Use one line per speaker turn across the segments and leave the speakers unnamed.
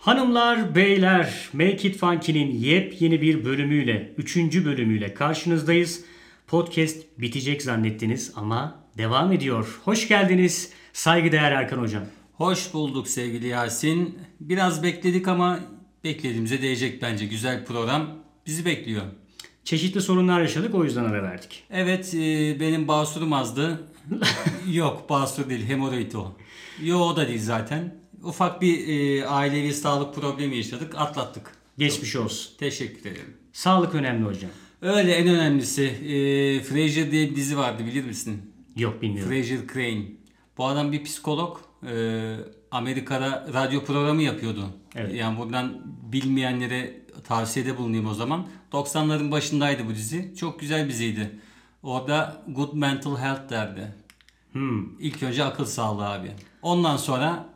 Hanımlar, beyler, Make It Funky'nin yepyeni bir bölümüyle, üçüncü bölümüyle karşınızdayız. Podcast bitecek zannettiniz ama devam ediyor. Hoş geldiniz saygıdeğer Erkan Hocam.
Hoş bulduk sevgili Yasin. Biraz bekledik ama beklediğimize değecek bence. Güzel program bizi bekliyor.
Çeşitli sorunlar yaşadık o yüzden ara verdik.
Evet e, benim basurum azdı. Yok basur değil hemoroid o. Yo o da değil zaten. Ufak bir e, ailevi sağlık problemi yaşadık atlattık.
Geçmiş olsun.
Teşekkür ederim.
Sağlık önemli hocam.
Öyle en önemlisi e, Frasier diye bir dizi vardı bilir misin?
Yok bilmiyorum.
Fraser Crane. Bu adam bir psikolog. Ee, Amerika'da radyo programı yapıyordu.
Evet.
Yani buradan bilmeyenlere tavsiyede bulunayım o zaman. 90'ların başındaydı bu dizi. Çok güzel diziydi. Orada good mental health derdi. İlk önce akıl sağlığı abi. Ondan sonra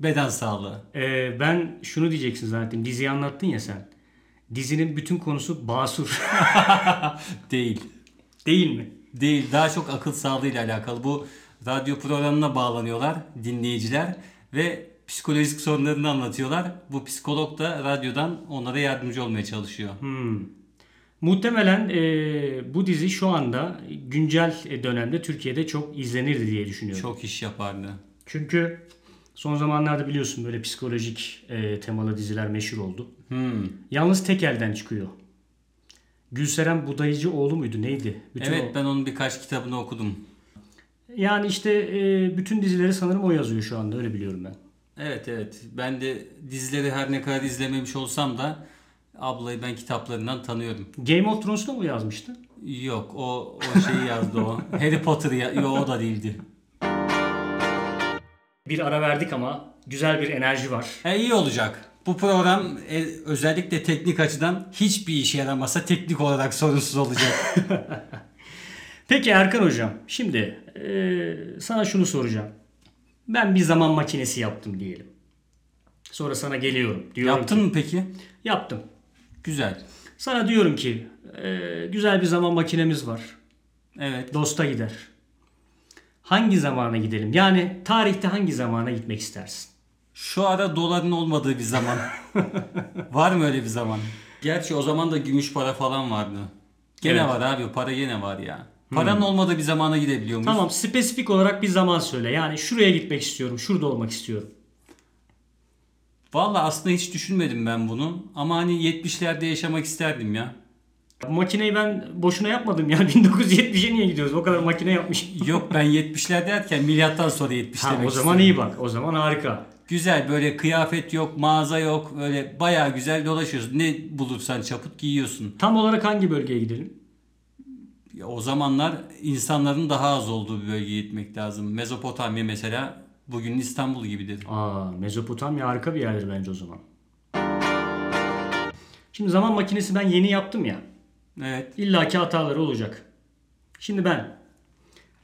beden sağlığı.
Ee, ben şunu diyeceksin zaten. Diziyi anlattın ya sen. Dizinin bütün konusu basur.
Değil.
Değil mi?
Değil. Daha çok akıl sağlığıyla alakalı. Bu radyo programına bağlanıyorlar dinleyiciler ve psikolojik sorunlarını anlatıyorlar. Bu psikolog da radyodan onlara yardımcı olmaya çalışıyor.
Muhtemelen e, bu dizi şu anda güncel e, dönemde Türkiye'de çok izlenirdi diye düşünüyorum.
Çok iş yapardı.
Çünkü son zamanlarda biliyorsun böyle psikolojik e, temalı diziler meşhur oldu.
Hmm.
Yalnız tek elden çıkıyor. Gülseren Budayıcıoğlu muydu neydi? Bütün
Evet
o-
ben onun birkaç kitabını okudum.
Yani işte e, bütün dizileri sanırım o yazıyor şu anda öyle biliyorum ben.
Evet evet. Ben de dizileri her ne kadar izlememiş olsam da ablayı ben kitaplarından tanıyorum.
Game of Thrones'ta mı yazmıştı?
Yok o o şeyi yazdı o. Harry Potter ya yo, o da değildi.
Bir ara verdik ama güzel bir enerji var.
E, iyi olacak. Bu program e, özellikle teknik açıdan hiçbir işe yaramasa teknik olarak sorunsuz olacak.
Peki Erkan hocam, şimdi e, sana şunu soracağım. Ben bir zaman makinesi yaptım diyelim. Sonra sana geliyorum. Diyorum
Yaptın mı peki?
ki- yaptım.
Güzel.
Sana diyorum ki e, güzel bir zaman makinemiz var.
Evet.
Dosta gider. Hangi zamana gidelim? Yani tarihte hangi zamana gitmek istersin?
Şu ara doların olmadığı bir zaman. Var mı öyle bir zaman? Gerçi o zaman da gümüş para falan vardı. Gene
Evet. Hmm.
var abi para gene var ya. Paranın olmadığı bir zamana gidebiliyor muyuz?
Tamam spesifik olarak bir zaman söyle. Yani şuraya gitmek istiyorum, şurada olmak istiyorum.
Valla aslında hiç düşünmedim ben bunu. Ama hani 70'lerde yaşamak isterdim ya.
Bu makineyi ben boşuna yapmadım ya. 1970'e niye gidiyoruz? O kadar makine yapmış.
Yok ben 70'ler derken milyattan sonra 70
Ha,
demek
o zaman
istedim.
iyi bak. O zaman harika.
Güzel böyle kıyafet yok, mağaza yok. Böyle bayağı güzel dolaşıyorsun. Ne bulursan çaput giyiyorsun.
Tam olarak hangi bölgeye gidelim?
Ya o zamanlar insanların daha az olduğu bir bölgeye gitmek lazım. Mezopotamya mesela bugün İstanbul gibidir.
Aa, Mezopotamya harika bir yerdir bence o zaman. Şimdi zaman makinesi ben yeni yaptım ya.
Evet.
İllaki hataları olacak. Şimdi ben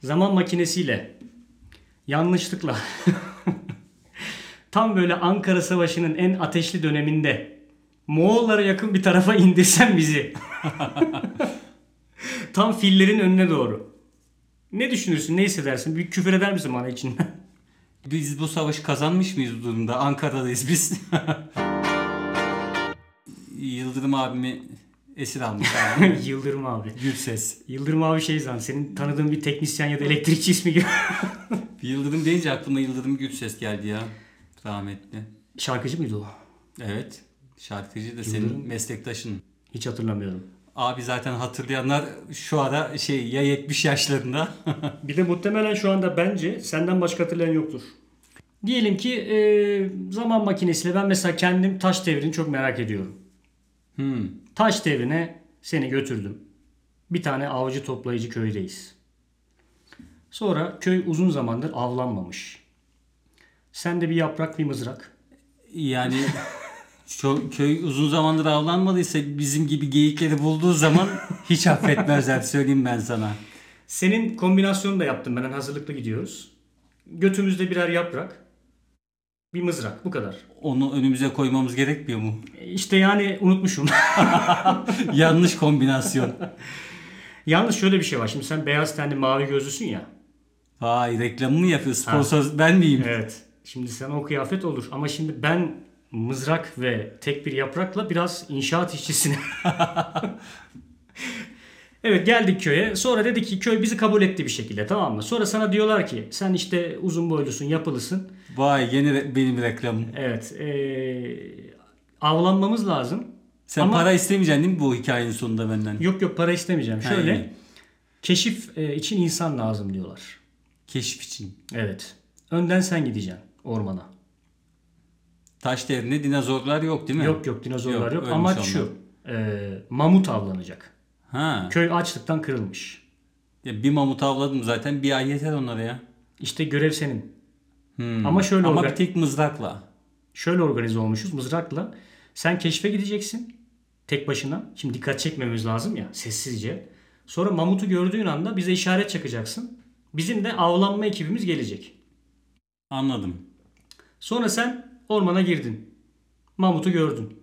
zaman makinesiyle yanlışlıkla tam böyle Ankara Savaşı'nın en ateşli döneminde Moğollara yakın bir tarafa indirsem bizi. tam fillerin önüne doğru. Ne düşünürsün? Ne hissedersin? Bir küfür eder misin bana içinden?
Biz bu savaşı kazanmış mıyız bu durumda? Ankara'dayız biz. Yıldırım abimi esir almış abi.
Yıldırım abi.
Gürses.
Yıldırım abi şey zan senin tanıdığın bir teknisyen ya da elektrikçi ismi gibi.
Yıldırım deyince aklıma Yıldırım Gürses geldi ya. Rahmetli.
Şarkıcı mıydı o?
Evet. Şarkıcı da senin meslektaşın.
Hiç hatırlamıyorum.
Abi zaten hatırlayanlar şu ara şey ya 70 yaşlarında.
Bir de muhtemelen şu anda bence senden başka hatırlayan yoktur. Diyelim ki e, zaman makinesiyle ben mesela kendim taş devrini çok merak ediyorum.
hmm.
Taş devrine seni götürdüm. Bir tane avcı toplayıcı köydeyiz. Sonra köy uzun zamandır avlanmamış. Sen de bir yaprak bir mızrak.
Yani ço- köy uzun zamandır avlanmadıysa bizim gibi geyikleri bulduğu zaman hiç affetmezler söyleyeyim ben sana.
Senin kombinasyonu da yaptım ben. Hani hazırlıklı gidiyoruz. Götümüzde birer yaprak. bir mızrak bu kadar.
Onu önümüze koymamız gerekmiyor mu?
E, İşte yani unutmuşum.
Yanlış kombinasyon.
Yalnız şöyle bir şey var. Şimdi sen beyaz tenli mavi gözlüsün ya.
Vay reklamı mı yapıyor? Sponsor ben miyim?
Evet. Şimdi sen o kıyafet olur ama şimdi ben mızrak ve tek bir yaprakla biraz inşaat işçisine. evet geldik köye. Sonra dedi ki köy bizi kabul etti bir şekilde tamam mı? Sonra sana diyorlar ki sen işte uzun boylusun yapılısın.
Vay yeni re- benim reklamım.
Evet. eee, avlanmamız lazım.
Sen
Ama-
para istemeyeceksin değil mi bu hikayenin sonunda benden?
Yok yok para istemeyeceğim. Şöyle
iyi.
keşif e, için insan lazım diyorlar.
Keşif için.
Evet. Önden sen gideceksin ormana.
Taş devrinde dinozorlar yok değil mi?
Yok yok dinozorlar
Yok,
yok.
ölmüş
Amaç
onlar.
şu. e, mamut avlanacak.
Ha.
Köy açlıktan kırılmış.
Ya bir mamut avladım zaten bir ay yeter onlara ya.
İşte görev senin.
Hmm.
Ama şöyle
Ama
orga-
bir tek mızrakla.
şöyle organize olmuşuz mızrakla. Sen keşfe gideceksin tek başına. Şimdi dikkat çekmemiz lazım ya sessizce. Sonra mamutu gördüğün anda bize işaret çakacaksın. Bizim de avlanma ekibimiz gelecek.
Anladım.
Sonra sen ormana girdin. Mamutu gördün.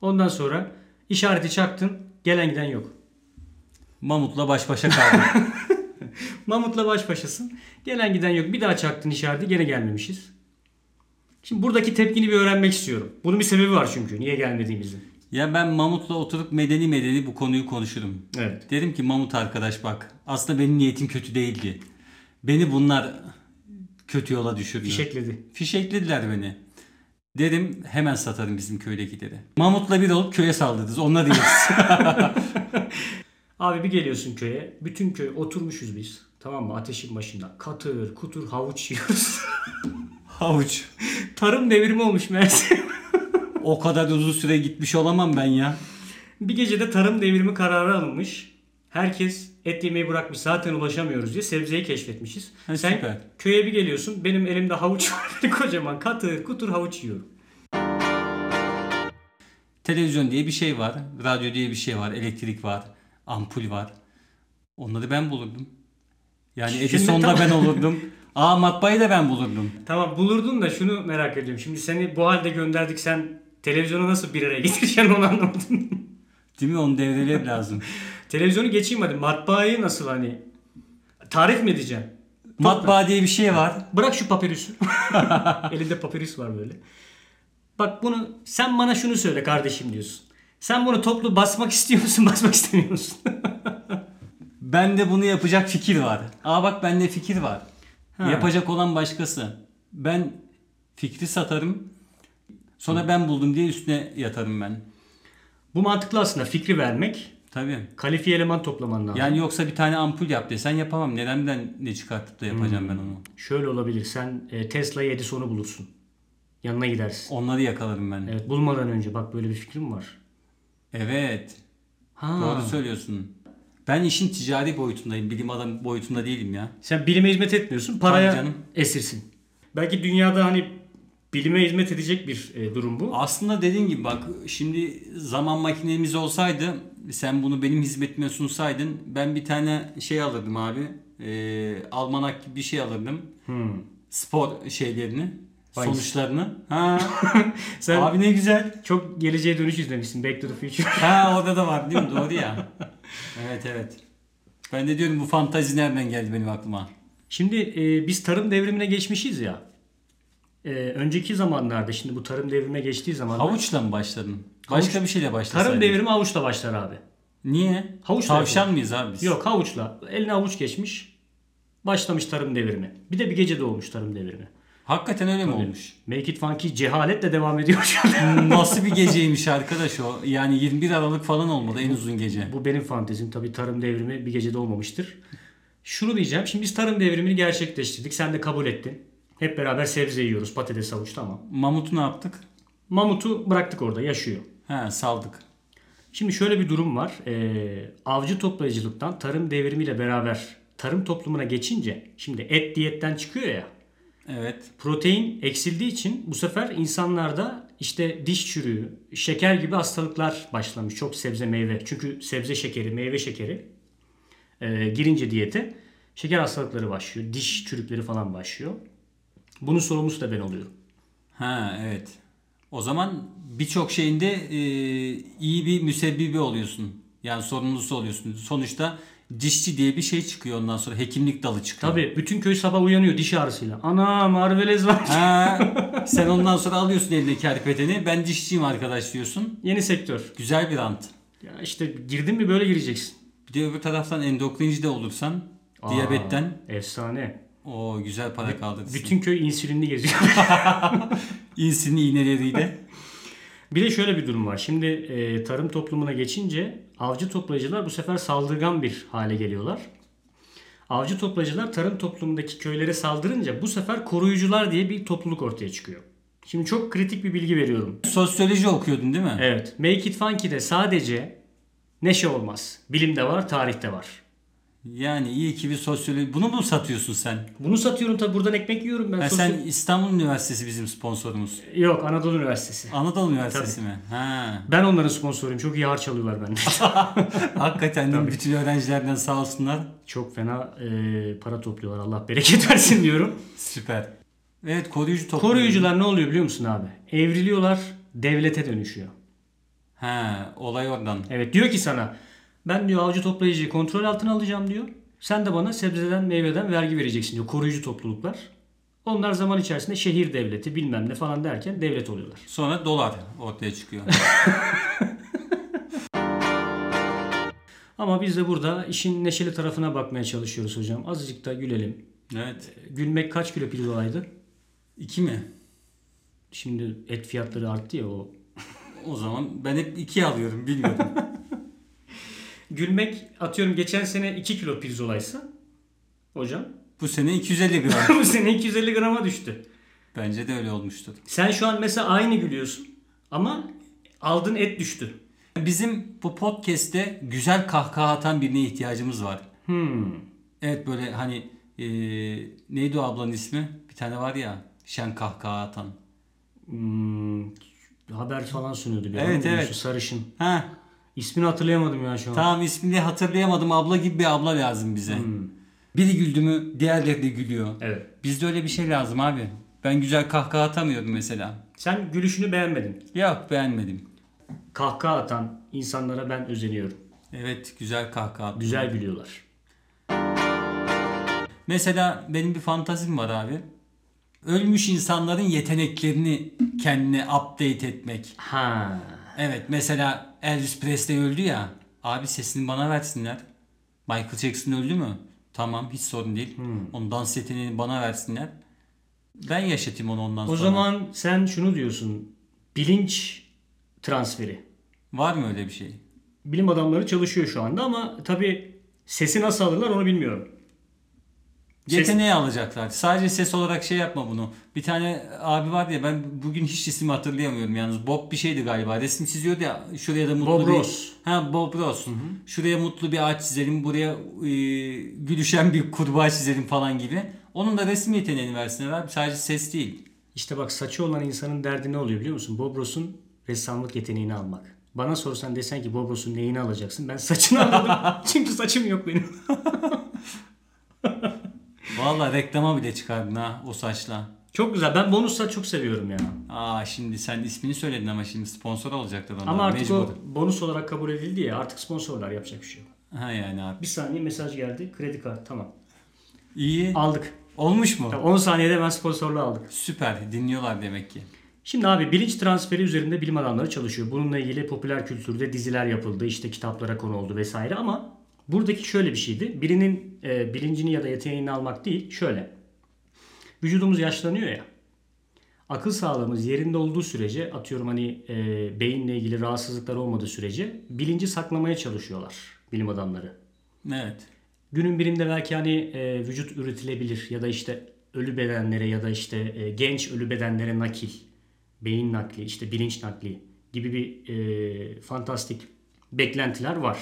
Ondan sonra işareti çaktın. Gelen giden yok.
Mamutla baş başa kaldım.
Mamutla baş başasın. Gelen giden yok. Bir daha çaktın işareti. Gene gelmemişiz. Şimdi buradaki tepkini bir öğrenmek istiyorum. Bunun bir sebebi var çünkü. Niye gelmediğimizin.
ya ben mamutla oturup medeni medeni bu konuyu konuşurum.
Evet.
Derim ki Mamut arkadaş bak aslında benim niyetim kötü değildi. Beni bunlar kötü yola düşürdü.
Fişekledi.
Fişeklediler beni. Derim hemen satarım bizim köydekileri. Mamut'la bir olup köye saldırırız. Onlar değiliz.
Abi bir geliyorsun köye. Bütün köy oturmuşuz biz. Tamam mı? Ateşin başında. Katır, kutur, havuç yiyoruz.
Havuç.
Tarım devrimi olmuş meğerse.
O kadar uzun süre gitmiş olamam ben ya.
Bir gecede tarım devrimi kararı alınmış. Herkes et yemeyi bırakmış zaten ulaşamıyoruz diye sebzeyi keşfetmişiz.
Ha,
Sen
süper.
köye bir geliyorsun benim elimde havuç var kocaman katır kutur havuç yiyorum.
Televizyon diye bir şey var. Radyo diye bir şey var. Elektrik var. Ampul var. Onları ben bulurdum. Yani
Şimdi
Edison da
tam-
ben olurdum. Aa matbaayı da ben bulurdum.
Tamam bulurdun da şunu merak ediyorum. Şimdi seni bu halde gönderdik sen televizyonu nasıl bir araya getireceksin onu anlamadım.
Değil mi? Onu devreleyip lazım.
Televizyonu geçeyim hadi matbaayı nasıl hani tarif mi edeceksin?
Matbaa diye bir şey var.
Bırak şu papirüsü. Elinde papirüs var böyle. Bak bunu sen bana şunu söyle kardeşim diyorsun. Sen bunu toplu basmak istiyor musun, basmak istemiyor musun?
Bende bunu yapacak fikir var. Aa bak bende fikir var. Yapacak olan başkası. Ben fikri satarım. Sonra ben buldum diye üstüne yatarım ben.
Bu mantıklı aslında fikri vermek.
Tabii.
Kalifiye eleman toplaman lazım.
Yani yoksa bir tane ampul yap desen yapamam. Neden ben ne çıkartıp da
Hmm.
yapacağım ben onu.
Şöyle olabilir. Sen e, Tesla'yı Edison'u bulursun. Yanına gidersin.
Onları yakalarım ben. Evet.
Evet, bulmadan önce bak böyle bir fikrim var. Ha.
Doğru söylüyorsun. Ben işin ticari boyutundayım. Bilim adam boyutunda değilim ya.
Sen bilime hizmet etmiyorsun, paraya
Tabii canım.
esirsin. Belki dünyada hani bilime hizmet edecek bir e, durum bu.
Aslında dediğin gibi bak şimdi zaman makinemiz olsaydı sen bunu benim hizmetime sunsaydın ben bir tane şey alırdım abi. Ee, almanak gibi bir şey alırdım. Spor şeylerini.
Hmm. Bahis.
Sonuçlarını. Ha.
Sen
Abi ne güzel.
çok geleceğe dönüş izlemişsin Back to the Future.
Ha orada da var değil mi? Doğru ya. Evet evet. Ben de diyorum bu fantazi nereden geldi benim aklıma.
Şimdi e, biz tarım devrimine geçmişiz ya. E, önceki zamanlarda şimdi bu tarım devrime geçtiği zaman
Havuçla mı başladın? Başka bir şeyle başlasaydın.
tarım devrimi havuçla başlar abi.
Niye?
Havuçla
Tavşan mıyız abi biz?
Yok havuçla. Eline havuç geçmiş. Başlamış tarım devrimi. Bir de bir gece doğmuş tarım devrimi.
Hakikaten öyle mi olmuş?
Make it funky cehaletle devam ediyor şu an.
Nasıl bir geceymiş arkadaş o? Yani 21 Aralık falan olmadı en uzun gece.
Bu benim fantezim. Tabii tarım devrimi bir gecede olmamıştır. Şunu diyeceğim. Şimdi biz tarım devrimini gerçekleştirdik. Sen de kabul ettin. Hep beraber sebze yiyoruz. Patates, havuç tamam.
Mamut'u ne yaptık?
Mamutu bıraktık orada. Yaşıyor.
He saldık.
Şimdi şöyle bir durum var. Ee, avcı toplayıcılıktan tarım devrimiyle beraber tarım toplumuna geçince şimdi et diyetten çıkıyor ya.
Evet.
Protein eksildiği için bu sefer insanlarda işte diş çürüğü, şeker gibi hastalıklar başlamış. Çok sebze meyve. Çünkü sebze şekeri, meyve şekeri e, girince diyete şeker hastalıkları başlıyor. Diş çürükleri falan başlıyor. Bunun sorumlusu da ben oluyorum.
Ha evet. O zaman birçok şeyinde e, iyi bir müsebbibi oluyorsun. Yani sorumlusu oluyorsun. Sonuçta dişçi diye bir şey çıkıyor ondan sonra. Hekimlik dalı çıkıyor.
Tabii bütün köy sabah uyanıyor diş ağrısıyla. Ana marvelez var.
Ha, sen ondan sonra alıyorsun elindeki harpeteni. Ben dişçiyim arkadaş diyorsun.
Yeni sektör.
Güzel bir rant.
Ya işte girdin mi böyle gireceksin.
Bir de öbür taraftan endokrinci de olursan
Aa,
diyabetten
Efsane.
o güzel para kaldırırsın. Bütün
Bütün köy insülinli geziyor.
insülin iğneleriyle.
bir de şöyle bir durum var. Şimdi e, tarım toplumuna geçince avcı toplayıcılar bu sefer saldırgan bir hale geliyorlar. Avcı toplayıcılar tarım toplumundaki köylere saldırınca bu sefer koruyucular diye bir topluluk ortaya çıkıyor. Şimdi çok kritik bir bilgi veriyorum.
Sosyoloji okuyordun değil mi?
Evet. Make It Funky'de sadece neşe olmaz. Bilim de var, tarih de var.
Yani iyi ki bir sosyoloji. Bunu mu satıyorsun sen?
Bunu satıyorum tabi buradan ekmek yiyorum ben.
Ha,
Sosyal-
sen İstanbul Üniversitesi bizim sponsorumuz.
Yok Anadolu Üniversitesi.
Anadolu Üniversitesi mi? Ha.
Ben onların sponsoruyum. Çok iyi harç alıyorlar benden.
Hakikaten de bütün öğrencilerden sağ olsunlar.
Çok fena e, para topluyorlar. Allah bereket versin diyorum.
Süper. Evet koruyucu toplum.
Koruyucular ne oluyor biliyor musun abi? Evriliyorlar, devlete dönüşüyor.
Ha, olay oradan.
Evet diyor ki sana ben diyor avcı toplayıcıyı kontrol altına alacağım diyor. Sen de bana sebzeden meyveden vergi vereceksin diyor koruyucu topluluklar. Onlar zaman içerisinde şehir devleti bilmem ne falan derken devlet oluyorlar.
Sonra dolar ortaya çıkıyor.
Ama biz de burada işin neşeli tarafına bakmaya çalışıyoruz hocam. Azıcık da gülelim.
evet.
Gülmek kaç kilo pil olaydı?
İki mi?
Şimdi et fiyatları arttı ya o.
O zaman ben hep iki alıyorum bilmiyorum.
Gülmek atıyorum geçen sene 2 kilo pirzolaysa hocam
Bu sene 250 gram.
bu sene 250 grama düştü.
Bence de öyle olmuştur.
Sen şu an mesela aynı gülüyorsun ama aldığın et düştü.
Bizim bu podcast'te güzel kahkaha atan birine ihtiyacımız var.
Hmm.
Evet böyle hani eee, neydi o ablanın ismi? Bir tane var ya şen kahkaha atan.
Hmm, haber falan sunuyordu. bir
Evet,
adam,
evet.
şu sarışın.
Ha
İsmini hatırlayamadım ya şu an.
Tamam ismini hatırlayamadım. Abla gibi bir abla lazım bize. Biri güldü mü diğerleri de gülüyor.
Evet.
Bizde öyle bir şey lazım abi. Ben güzel kahkaha atamıyorum mesela.
Sen gülüşünü beğenmedin.
Yok beğenmedim.
Kahkaha atan insanlara ben özeniyorum.
Evet güzel kahkaha at.
Güzel gülüyorlar.
Mesela benim bir fantazim var abi. Ölmüş insanların yeteneklerini kendine update etmek.
Ha.
Evet mesela Elvis Presley öldü ya. Abi sesini bana versinler. Michael Jackson öldü mü? Tamam hiç sorun değil.
Hmm.
Onun dans yeteneğini bana versinler. Ben yaşatayım onu ondan
O
sonra.
zaman sen şunu diyorsun. Bilinç transferi.
Var mı öyle bir şey?
Bilim adamları çalışıyor şu anda ama tabii sesi nasıl alırlar onu bilmiyorum. Ses-
Yeteneği alacaklar. Sadece ses olarak şey yapma bunu. Bir tane abi var ya ben bugün hiç ismi hatırlayamıyorum yalnız. Bob bir şeydi galiba. Resim çiziyordu ya. Şuraya da mutlu
Bob
bir...
Ross.
Ha Bob Ross. Şuraya mutlu bir ağaç çizelim. Buraya e, gülüşen bir kurbağa çizelim falan gibi. Onun da resim yeteneğini versinler abi. Sadece ses değil.
İşte bak saçı olan insanın derdi ne oluyor biliyor musun? Bob Ross'un ressamlık yeteneğini almak. Bana sorsan desen ki Bob Ross'un neyini alacaksın? Ben saçını alırım. Çünkü saçım yok benim.
Valla reklama bile çıkardın ha o saçla.
Çok güzel. Ben bonus saç çok seviyorum ya.
Aa şimdi sen ismini söyledin ama şimdi sponsor olacaktı adamlar.
Ama artık
Mecbur.
o bonus olarak kabul edildi ya. Artık sponsorlar yapacak bir şey yok.
Ha yani abi.
Bir saniye mesaj geldi. Kredi kartı tamam.
İyi.
Aldık.
Olmuş mu?
Ya 10 saniyede ben sponsorluğu aldık.
Süper. Dinliyorlar demek ki.
Şimdi abi bilinç transferi üzerinde bilim adamları çalışıyor. Bununla ilgili popüler kültürde diziler yapıldı, işte kitaplara konu oldu vesaire ama buradaki şöyle bir şeydi. Birinin e, bilincini ya da yeteneğini almak değil, şöyle. Vücudumuz yaşlanıyor ya. Akıl sağlığımız yerinde olduğu sürece atıyorum hani e, beyinle ilgili rahatsızlıklar olmadığı sürece bilinci saklamaya çalışıyorlar bilim adamları.
Evet.
Günün birinde belki hani e, vücut üretilebilir ya da işte ölü bedenlere ya da işte e, genç ölü bedenlere nakil, beyin nakli, işte bilinç nakli gibi bir e, fantastik beklentiler var.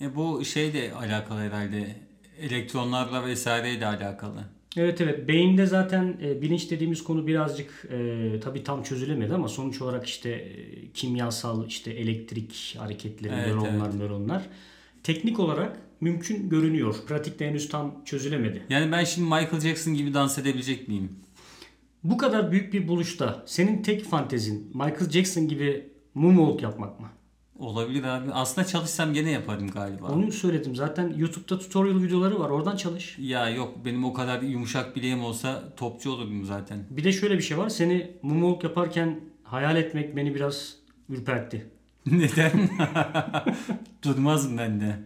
E bu şey de alakalı herhalde. Elektronlarla vesaireyle alakalı.
Evet evet beyinde zaten e, bilinç dediğimiz konu birazcık e, tabii tam çözülemedi ama sonuç olarak işte e, kimyasal işte elektrik hareketleri,
Evet,
nöronlar, nöronlar teknik olarak mümkün görünüyor. Pratikte henüz tam çözülemedi.
Yani ben şimdi Michael Jackson gibi dans edebilecek miyim?
Bu kadar büyük bir buluşta senin tek fantezin Michael Jackson gibi moonwalk yapmak mı?
Olabilir abi. Aslında çalışsam gene yaparım galiba.
Onu söyledim zaten YouTube'da tutorial videoları var oradan çalış.
Ya yok benim o kadar yumuşak bileğim olsa topçu olurdum zaten.
Bir de şöyle bir şey var seni moonwalk yaparken hayal etmek beni biraz ürpertti.
Neden? Durmazım ben de.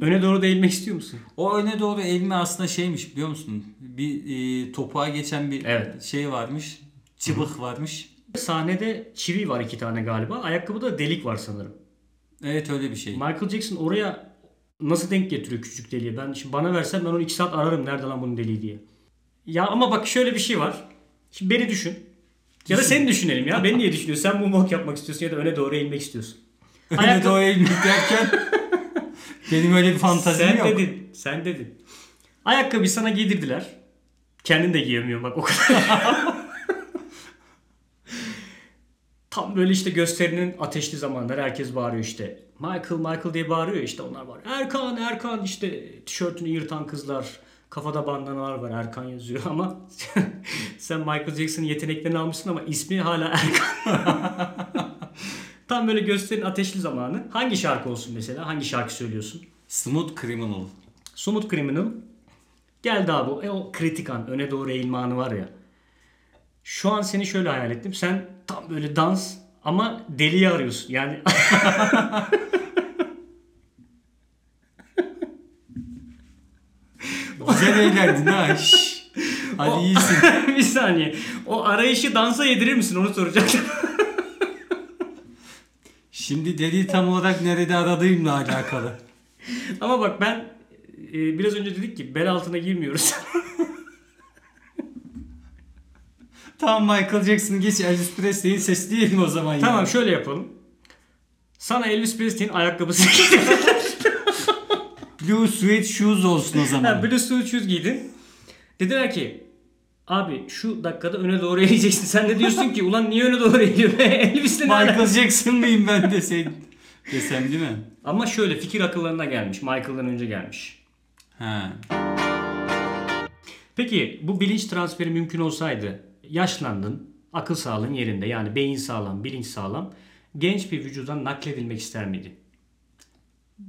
Öne doğru değilmek istiyor musun?
O öne doğru elme aslında şeymiş biliyor musun? Bir e, topuğa geçen bir
Evet.
şey varmış. Çıbık varmış.
Sahnede çivi var iki tane galiba. Ayakkabıda delik var sanırım.
Evet öyle bir şey.
Michael Jackson oraya nasıl denk getiriyor küçük deliği? Ben şimdi bana versen ben onu 2 saat ararım nerede lan bunun deliği diye. Ya ama bak şöyle bir şey var. Şimdi beni düşün. Ya da seni düşünelim ya. Beni niye düşünüyorsun? Sen moonwalk yapmak istiyorsun ya da öne doğru eğilmek istiyorsun.
Öne
Ayakkabı...
doğru eğilmek derken benim öyle bir fantazim
sen
yok.
dedin. Sen dedin. Ayakkabıyı sana giydirdiler. Kendin de giyemiyorsun bak o kadar. Tam böyle işte gösterinin ateşli zamanları herkes bağırıyor işte. Michael Michael diye bağırıyor işte onlar var. Erkan Erkan işte tişörtünü yırtan kızlar. Kafada bandanalar var Erkan yazıyor ama sen Michael Jackson'ın yeteneklerini almışsın ama ismi hala Erkan. Tam böyle gösterinin ateşli zamanı. Hangi şarkı olsun mesela? Hangi şarkı söylüyorsun?
Smooth Criminal.
Somut Criminal geldi abi. o- E, o kritik an öne doğru eğilme anı var ya. Şu an seni şöyle hayal ettim. Sen tam böyle dans ama deliyi arıyorsun. Yani
Güzel eğlendin ha. şş. Hadi iyisin.
bir saniye. O arayışı dansa yedirir misin onu soracaktım.
Şimdi dediği tam olarak nerede aradığımla alakalı.
ama bak ben e, biraz önce dedik ki bel altına girmiyoruz.
Tamam Michael Jackson geç Elvis Presley'in sesi diyelim o zaman ya.
tamam şöyle yapalım. Sana Elvis Presley'in ayakkabısını giydim.
Blue Suede Shoes olsun o
Ha,
zaman.
Blue Suit Shoes giydin. Dediler ki abi şu dakikada öne doğru eğileceksin. Sen de diyorsun ki ulan niye öne doğru eğiliyor? Elvis'le ne alakası
Michael Jackson mıyım ben deseydin. Desem değil mi?
Ama şöyle fikir akıllarına gelmiş. Michael'dan önce gelmiş.
Ha.
Peki bu bilinç transferi mümkün olsaydı yaşlandın, akıl sağlığın yerinde yani beyin sağlam, bilinç sağlam genç bir vücuda nakledilmek ister miydi?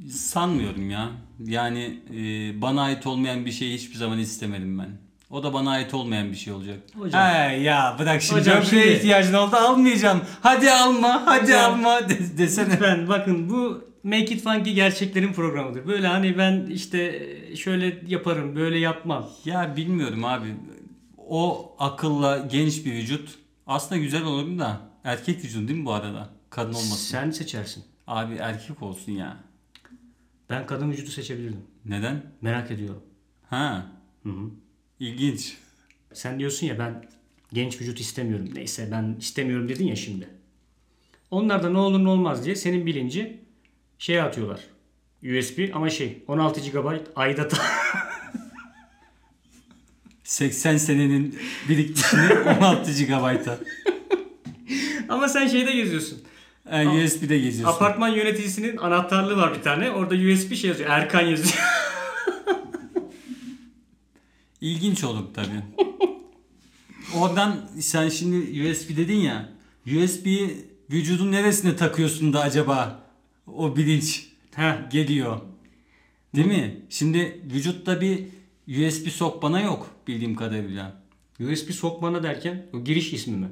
Sanmıyorum ya. Yani e, bana ait olmayan bir şeyi hiçbir zaman istemedim ben. O da bana ait olmayan bir şey olacak.
Hocam.
He ya bırak şimdi
Hocam
Hocam
şimdi-
ihtiyacın oldu almayacağım. Hadi alma hadi
Hocam.
alma de- desene.
Ben bakın bu Make It Funky gerçeklerin programıdır. Böyle hani ben işte e, şöyle yaparım, böyle yapmam.
Ya bilmiyorum abi. O akılla genç bir vücut aslında güzel olabilir da erkek vücudu değil mi bu arada? Kadın olmasın.
Sen seçersin.
Abi erkek olsun ya.
Ben kadın vücudu seçebilirdim.
Neden?
Merak ediyorum.
Ha. İlginç.
Sen diyorsun ya ben genç vücut istemiyorum. Neyse ben istemiyorum dedin ya şimdi. Onlar da ne olur ne olmaz diye senin bilinci şeye atıyorlar. USB ama şey 16 GB aidat.
80 senenin birikmişini 16 GB'a.
ama sen şeyde geziyorsun.
Yani USB'de geziyorsun.
Apartman yöneticisinin anahtarlığı var bir tane. Orada USB şey yazıyor. Erkan yazıyor.
İlginç olur tabii. Oradan sen şimdi USB dedin ya. USB'yi vücudun neresine takıyorsun da acaba o bilinç
Heh.
geliyor. Değil mi? Şimdi vücutta bir USB sokmana yok bildiğim kadarıyla.
USB sokmana derken o giriş ismi mi?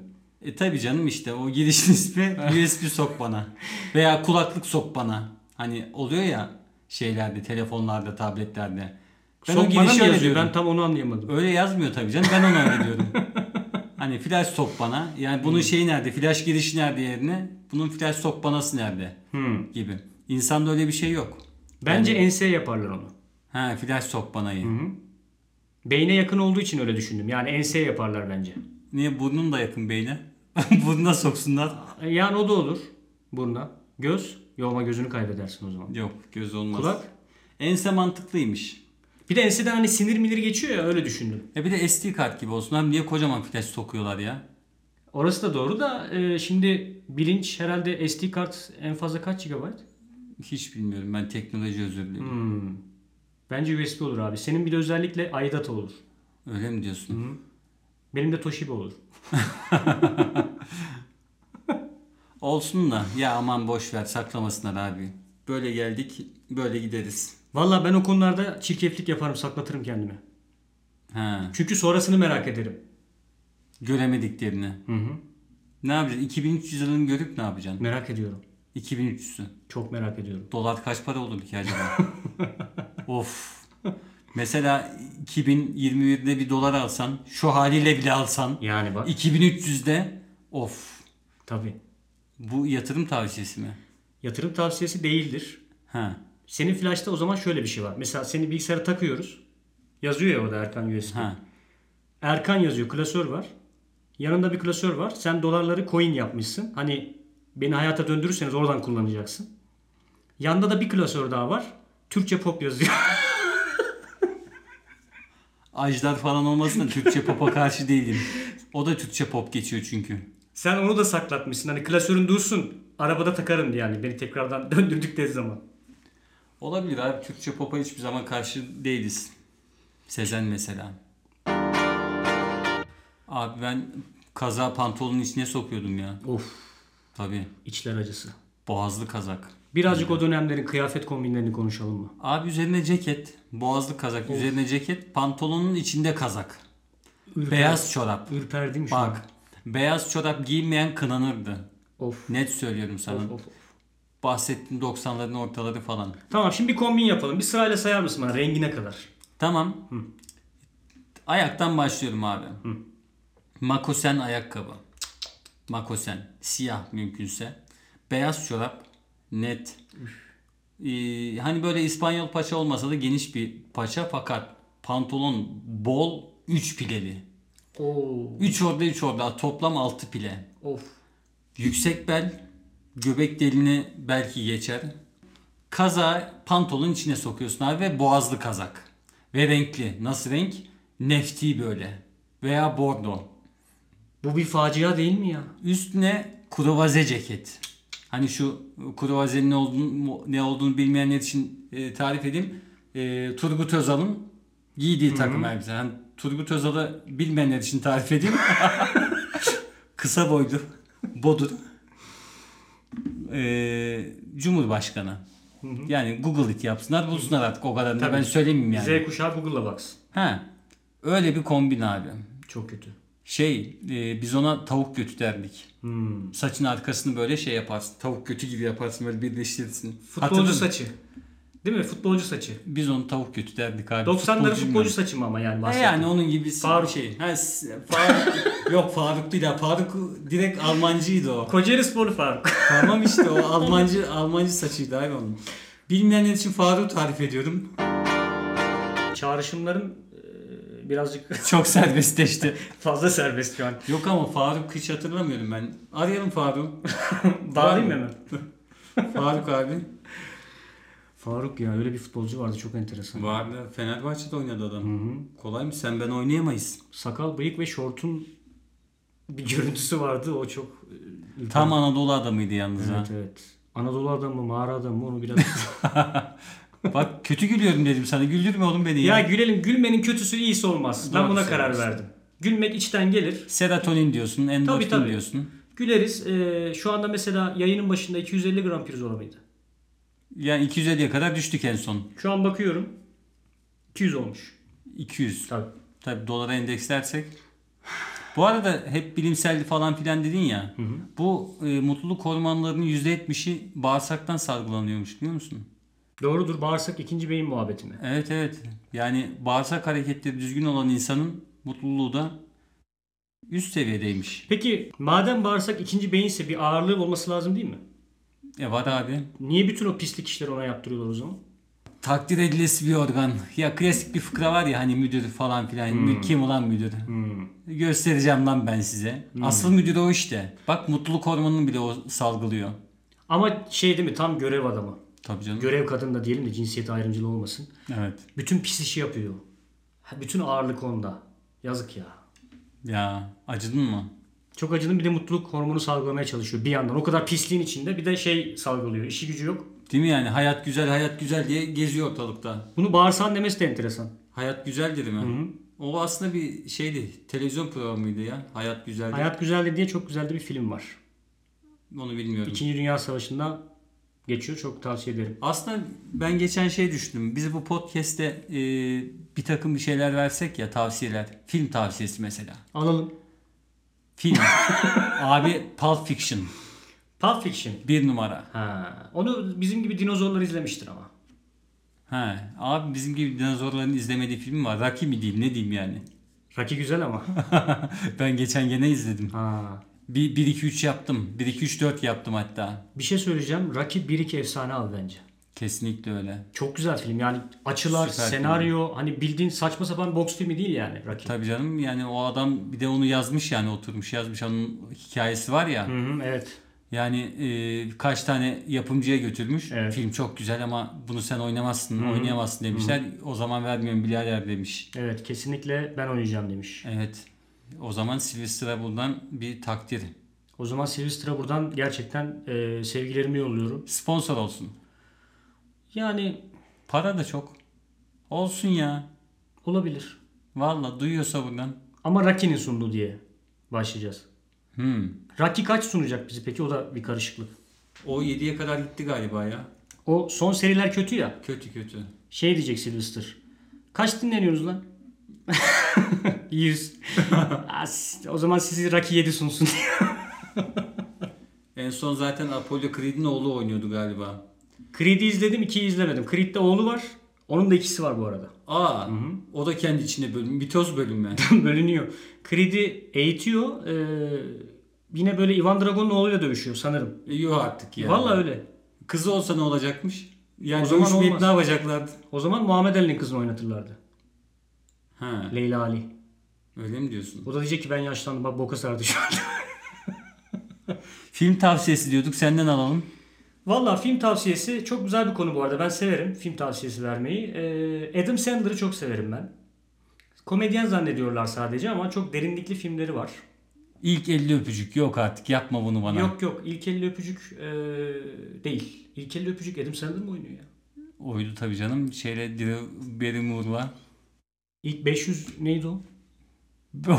E tabi canım işte o girişin ismi USB sok bana. Veya kulaklık sok bana. Hani oluyor ya şeylerde, telefonlarda, tabletlerde. Ben o
Sokmana mı
girişi öyle
yazıyor?
diyorum.
Ben tam onu anlayamadım.
Öyle yazmıyor tabii canım. Ben onu öyle diyorum. hani flash sok bana. Yani
Hmm.
bunun şeyi nerede? Flash girişi nerede yerine? Bunun flash sok banası nerede?
Hmm.
Gibi. İnsanda öyle bir şey yok.
Bence ense yaparlar onu.
Ha flash sok banayı.
Beyne yakın olduğu için öyle düşündüm. Yani ense yaparlar bence.
Niye burnun da yakın beyne? Burnuna soksunlar.
E, Yani o da olur. Burna. Göz. Yolma gözünü kaybedersin o zaman.
Yok göz olmaz.
Kulak.
Ense mantıklıymış.
Bir de enseden hani sinir minir geçiyor ya öyle düşündüm.
E bir de SD kart gibi olsun. Hem niye kocaman flash sokuyorlar ya?
Orası da doğru da e, şimdi bilinç herhalde SD kart en fazla kaç GB?
Hiç bilmiyorum ben teknoloji özür dilerim.
Hmm. Bence USB olur abi. Senin bir de özellikle aidat olur.
Öyle mi diyorsun?
Benim de Toshiba olur.
Olsun da ya aman boş ver saklamasınlar abi. Böyle geldik böyle gideriz.
Valla ben o konularda çirkeflik yaparım saklatırım kendimi.
Ha,
Çünkü sonrasını merak ederim.
göremediklerini.
Hı hı.
Ne yapacaksın? 2300 liranı görüp ne yapacaksın?
Merak ediyorum.
2300'ü.
Çok merak ediyorum.
Dolar kaç para olurdu ki acaba? of. Mesela 2021'de bir dolar alsan, şu haliyle bile alsan,
Yani bak
2300'de of.
tabii.
Bu yatırım tavsiyesi mi?
Yatırım tavsiyesi değildir.
Ha.
Senin flash'ta o zaman şöyle bir şey var. Mesela seni bilgisayara takıyoruz. Yazıyor ya orada Erkan USB.
Ha.
Erkan yazıyor. Klasör var. Yanında bir klasör var. Sen dolarları coin yapmışsın. Hani beni hayata döndürürseniz oradan kullanacaksın. Yanda da bir klasör daha var. Türkçe pop yazıyor.
Ajdar falan olmasın da Türkçe pop'a karşı değilim. O da Türkçe pop geçiyor çünkü.
Sen onu da saklatmışsın. Hani klasörün dursun. Arabada takarım diye yani. Beni tekrardan döndürdükleri zaman.
Olabilir abi. Türkçe pop'a hiçbir zaman karşı değiliz. Sezen mesela. Abi ben kaza pantolonun içine sokuyordum ya.
Of.
Tabii.
içler acısı.
Boğazlı kazak.
Birazcık o dönemlerin kıyafet kombinlerini konuşalım mı?
Abi üzerine ceket, boğazlı kazak, üzerine ceket, pantolonun içinde kazak.
Ürper-
Beyaz çorap.
Ürperdim şu an.
Bak, beyaz çorap giymeyen kınanırdı.
Of.
Net söylüyorum sana.
of, of.
Bahsettiğim 90'ların ortaları falan.
Tamam şimdi bir kombin yapalım. Bir sırayla sayar mısın bana rengine kadar?
Tamam. Ayaktan başlıyorum abi. Makosen ayakkabı. Makosen. Siyah mümkünse. Beyaz çorap. Net. Ee, hani böyle İspanyol paça olmasa da geniş bir paça fakat pantolon bol 3 pileli.
Oo.
3 orada 3 orada toplam 6 pile.
Of.
Yüksek bel göbek deliğini belki geçer. Kaza pantolonun içine sokuyorsun abi ve boğazlı kazak. Ve renkli. Nasıl renk? Nefti böyle. Veya bordo.
Bu bir facia değil mi ya?
Üstüne kruvaze ceket. Hani şu kruvazenin ne olduğunu, ne olduğunu bilmeyenler için e, tarif edeyim. E, Turgut Özal'ın giydiği takım elbise. Hani Turgut Özal'ı bilmeyenler için tarif edeyim. Kısa boylu, bodur. E, Cumhurbaşkanı. Yani Google it yapsınlar bulsunlar artık o kadarını da ben söylemeyeyim yani.
Z kuşağı Google'a baksın.
Ha, öyle bir kombin abi.
Çok kötü.
Şey e, biz ona tavuk götü derdik.
Hmm.
Saçın arkasını böyle şey yaparsın. Tavuk götü gibi yaparsın böyle birleştirirsin.
Futbolcu
Hatırladın mı?
saçı. Değil mi? Futbolcu saçı.
Biz onu tavuk götü derdik abi.
90'ların
Futbolcu
futbolcu saçı mı ama yani
bilmem. E
bahsettiğim.
yani onun gibi
Faruk.
Faruk. şey. Ha, s- Faruk. Yok Faruk değil ha. Faruk direkt Almancıydı o.
Kocaeli Sporlu Faruk.
tamam işte o Almancı Almancı saçıydı abi onun. Bilmeyenler için Faruk tarif ediyorum.
Çağrışımların e, birazcık
Çok serbestleşti.
fazla serbest şu an.
Yok ama Faruk hiç hatırlamıyorum ben. Arayalım Faruk.
Bağlayayım mı hemen?
Faruk abi.
Faruk ya öyle bir futbolcu vardı çok enteresan.
Vardı. Fenerbahçe'de oynadı adam. Kolay mı? Sen ben oynayamayız.
Sakal, bıyık ve şortun bir görüntüsü vardı. O çok e,
Tam Anadolu adamıydı yalnız
Evet evet. Anadolu adamı, mağara adamı onu biraz...
ha. Bak kötü gülüyorum dedim sana. Güldürme oğlum beni ya.
ya gülelim. Gülmenin kötüsü iyisi olmaz. Ben
Doğru
buna karar
söylüyorsun.
verdim. Gülmek içten gelir.
Serotonin diyorsun, endorfin
Tabii, tabii.
diyorsun.
Güleriz. Ee, şu anda mesela yayının başında 250 gram pirzola mıydı?
Yani 250'ye kadar düştük en son.
Şu an bakıyorum. 200 olmuş.
200.
Tabii.
Tabii dolara endekslersek. Bu arada hep bilimsel falan filan dedin ya. Bu e, mutluluk hormonlarının %70'i bağırsaktan salgılanıyormuş biliyor musun?
Doğrudur. Bağırsak ikinci beyin muhabbeti mi?
Evet evet. Yani bağırsak hareketleri düzgün olan insanın mutluluğu da üst seviyedeymiş.
Peki madem bağırsak ikinci beyinse bir ağırlığı olması lazım değil mi?
E var abi.
Niye bütün o pislik işleri ona yaptırıyorlar o zaman?
Takdir edilesi bir organ. Ya klasik bir fıkra var ya hani müdür falan filan. Mü- Kim ulan müdür? Göstereceğim lan ben size. Asıl müdür o işte. Bak mutluluk hormonunu bile o salgılıyor.
Ama şey değil mi? Tam görev adamı.
Tabii canım.
Görev kadın da diyelim de cinsiyet ayrımcılığı olmasın.
evet.
Bütün pis işi yapıyor. Bütün ağırlık onda. Yazık ya.
Ya acıdın mı?
Çok acının bir de mutluluk hormonu salgılamaya çalışıyor bir yandan. O kadar pisliğin içinde bir de şey salgılıyor. İşi gücü yok.
Değil mi yani hayat güzel hayat güzel diye geziyor ortalıkta.
Bunu bağırsağın demesi de enteresan.
Hayat güzel dedi mi? O aslında bir şeydi. Televizyon programıydı ya. Hayat güzeldi.
Hayat Güzeldir diye çok güzel de bir film var.
Onu bilmiyorum.
İkinci Dünya Savaşı'nda geçiyor. Çok tavsiye ederim.
Aslında ben geçen şey düşündüm. Biz bu podcast'te e, bir takım bir şeyler versek ya tavsiyeler. Film tavsiyesi mesela.
Alalım.
Film. Abi Pulp Fiction.
Pulp Fiction.
Bir numara.
Ha, onu bizim gibi dinozorlar izlemiştir ama.
He, abi bizim gibi dinozorların izlemediği film var. Rocky mi diyeyim ne diyeyim yani.
Rocky güzel ama.
ben geçen gene izledim.
Ha.
Bir 1 2 3 yaptım. 1 2 3 4 yaptım hatta.
Bir şey söyleyeceğim. Rocky 1-2 efsane abi bence.
Kesinlikle öyle.
Çok güzel film yani açılar,
Süper film.
senaryo hani bildiğin saçma sapan boks filmi değil yani Rocky.
Tabii canım yani o adam bir de onu yazmış yani oturmuş yazmış onun hikayesi var ya.
Hı hı, evet.
Yani e, kaç tane yapımcıya götürmüş.
Evet.
Film çok güzel ama bunu sen oynamazsın, oynayamazsın demişler. O zaman vermiyorum birader demiş.
Evet kesinlikle ben oynayacağım demiş.
Evet. O zaman Sylvester buradan bir takdir.
O zaman Silvester'a buradan gerçekten e, sevgilerimi yolluyorum.
Sponsor olsun.
Yani
Para da çok. Olsun ya.
olabilir.
Valla duyuyorsa buradan.
Ama Rocky'nin sunduğu diye başlayacağız.
Hmm.
Rocky kaç sunacak bizi peki o da bir karışıklık.
O 7'ye kadar gitti galiba ya.
O son seriler kötü ya.
Kötü kötü.
Şey diyecek Sylvester. Kaç dinleniyoruz lan? 100. As, o zaman sizi Rocky 7 sunsun.
En son zaten Apollo Creed'in oğlu oynuyordu galiba.
Creed'i izledim, 2'yi izlemedim. Creed'de oğlu var. Onun da ikisi var bu arada.
Aa, o da kendi içine bölüm, mitoz bölünme.
Bölünüyor. Creed'i eğitiyor. Ee, yine böyle Ivan Drago'nun oğluyla dövüşüyor sanırım.
Yok E, artık ya.
Vallahi öyle.
Kızı olsa ne olacakmış? Yani
O zaman
dövüşmeyip
olmaz.
ne yapacaklardı?
O zaman Muhammed Ali'nin kızını oynatırlardı.
Ha,
Leyla Ali.
öyle mi diyorsun?
O da diyecek ki ben yaşlandım. Bak boka sardı şu an.
Film tavsiyesi diyorduk senden alalım.
Valla film tavsiyesi çok güzel bir konu bu arada. Ben severim film tavsiyesi vermeyi. Ee, Adam Sandler'ı çok severim ben. Komedyen zannediyorlar sadece ama çok derinlikli filmleri var.
İlk 50 öpücük yok artık yapma bunu bana.
Yok yok İlk elli öpücük ee, değil. İlk elli öpücük Adam Sandler mi oynuyor ya?
Oydu tabii canım. Şeyle Drew Barrymore'la.
İlk 500 neydi o?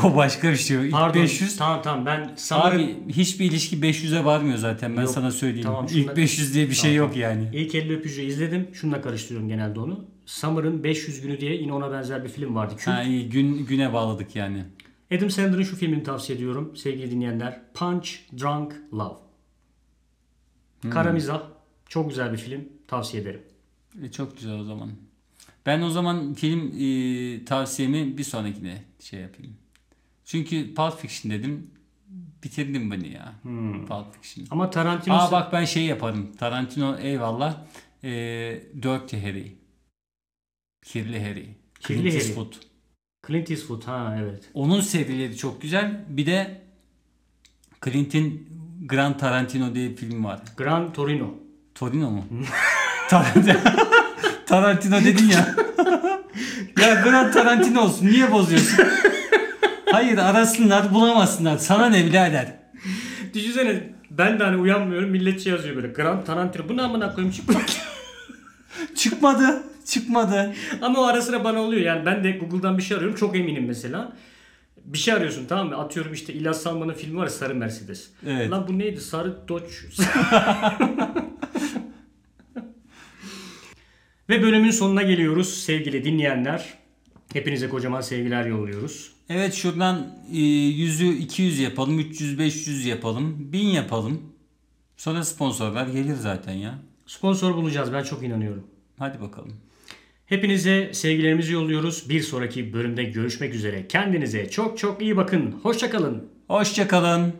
O başka bir şey. yok. İlk
Pardon.
500.
Tamam tamam ben sana bir-
Abi hiçbir ilişki 500'e varmıyor zaten ben
Yok,
sana söyleyeyim.
tamam, şunları-
İlk 500 diye bir şey yok yani.
ilk elli öpücüğü izledim. Şununla karıştırıyorum genelde onu. Summer'ın 500 günü diye yine ona benzer bir film vardı. Kült.
Ha, iyi, gün güne bağladık yani.
Adam Sandler'ın şu filmini tavsiye ediyorum sevgili dinleyenler. Punch Drunk Love. Kara mizah. Çok güzel bir film. Tavsiye ederim.
E, çok güzel o zaman. Ben o zaman film e, tavsiyemi bir sonrakine şey yapayım. Çünkü Pulp Fiction dedim. Bitirdim beni ya. Pulp Fiction.
Hmm. Ama Tarantino
Aa bak ben şey yaparım. Tarantino eyvallah. E, Dirty Harry. Kirli Harry.
Kirli
Clint
Harry.
Eastwood.
Clint Eastwood ha evet.
Onun serileri çok güzel. Bir de Clint'in Gran Tarantino diye bir film var.
Gran Torino.
Torino mu? Tarantino, Tarantino dedin ya. ya Gran Tarantino olsun. Niye bozuyorsun? Hayır arasınlar bulamasınlar. Sana ne birader?
Düşünsene ben de hani uyanmıyorum milletçe yazıyor böyle. Gran Tarantino. Bu ne amına koyayım çıkmıyor.
Çıkmadı. Çıkmadı.
Ama o ara sıra bana oluyor. Yani ben de Google'dan bir şey arıyorum. Çok eminim mesela. Bir şey arıyorsun tamam mı? Atıyorum işte İlyas Salman'ın filmi var ya, Sarı Mercedes.
Evet.
Lan bu neydi? Sarı Dodge. Ve bölümün sonuna geliyoruz sevgili dinleyenler. Hepinize kocaman sevgiler yolluyoruz.
Evet şuradan e, 100'ü 200 yapalım. 300 500 yapalım. 1000 yapalım. Sonra sponsorlar gelir zaten ya.
Sponsor bulacağız ben çok inanıyorum.
Hadi bakalım.
Hepinize sevgilerimizi yolluyoruz. Bir sonraki bölümde görüşmek üzere. Kendinize çok çok iyi bakın. Hoşçakalın.
Hoşçakalın.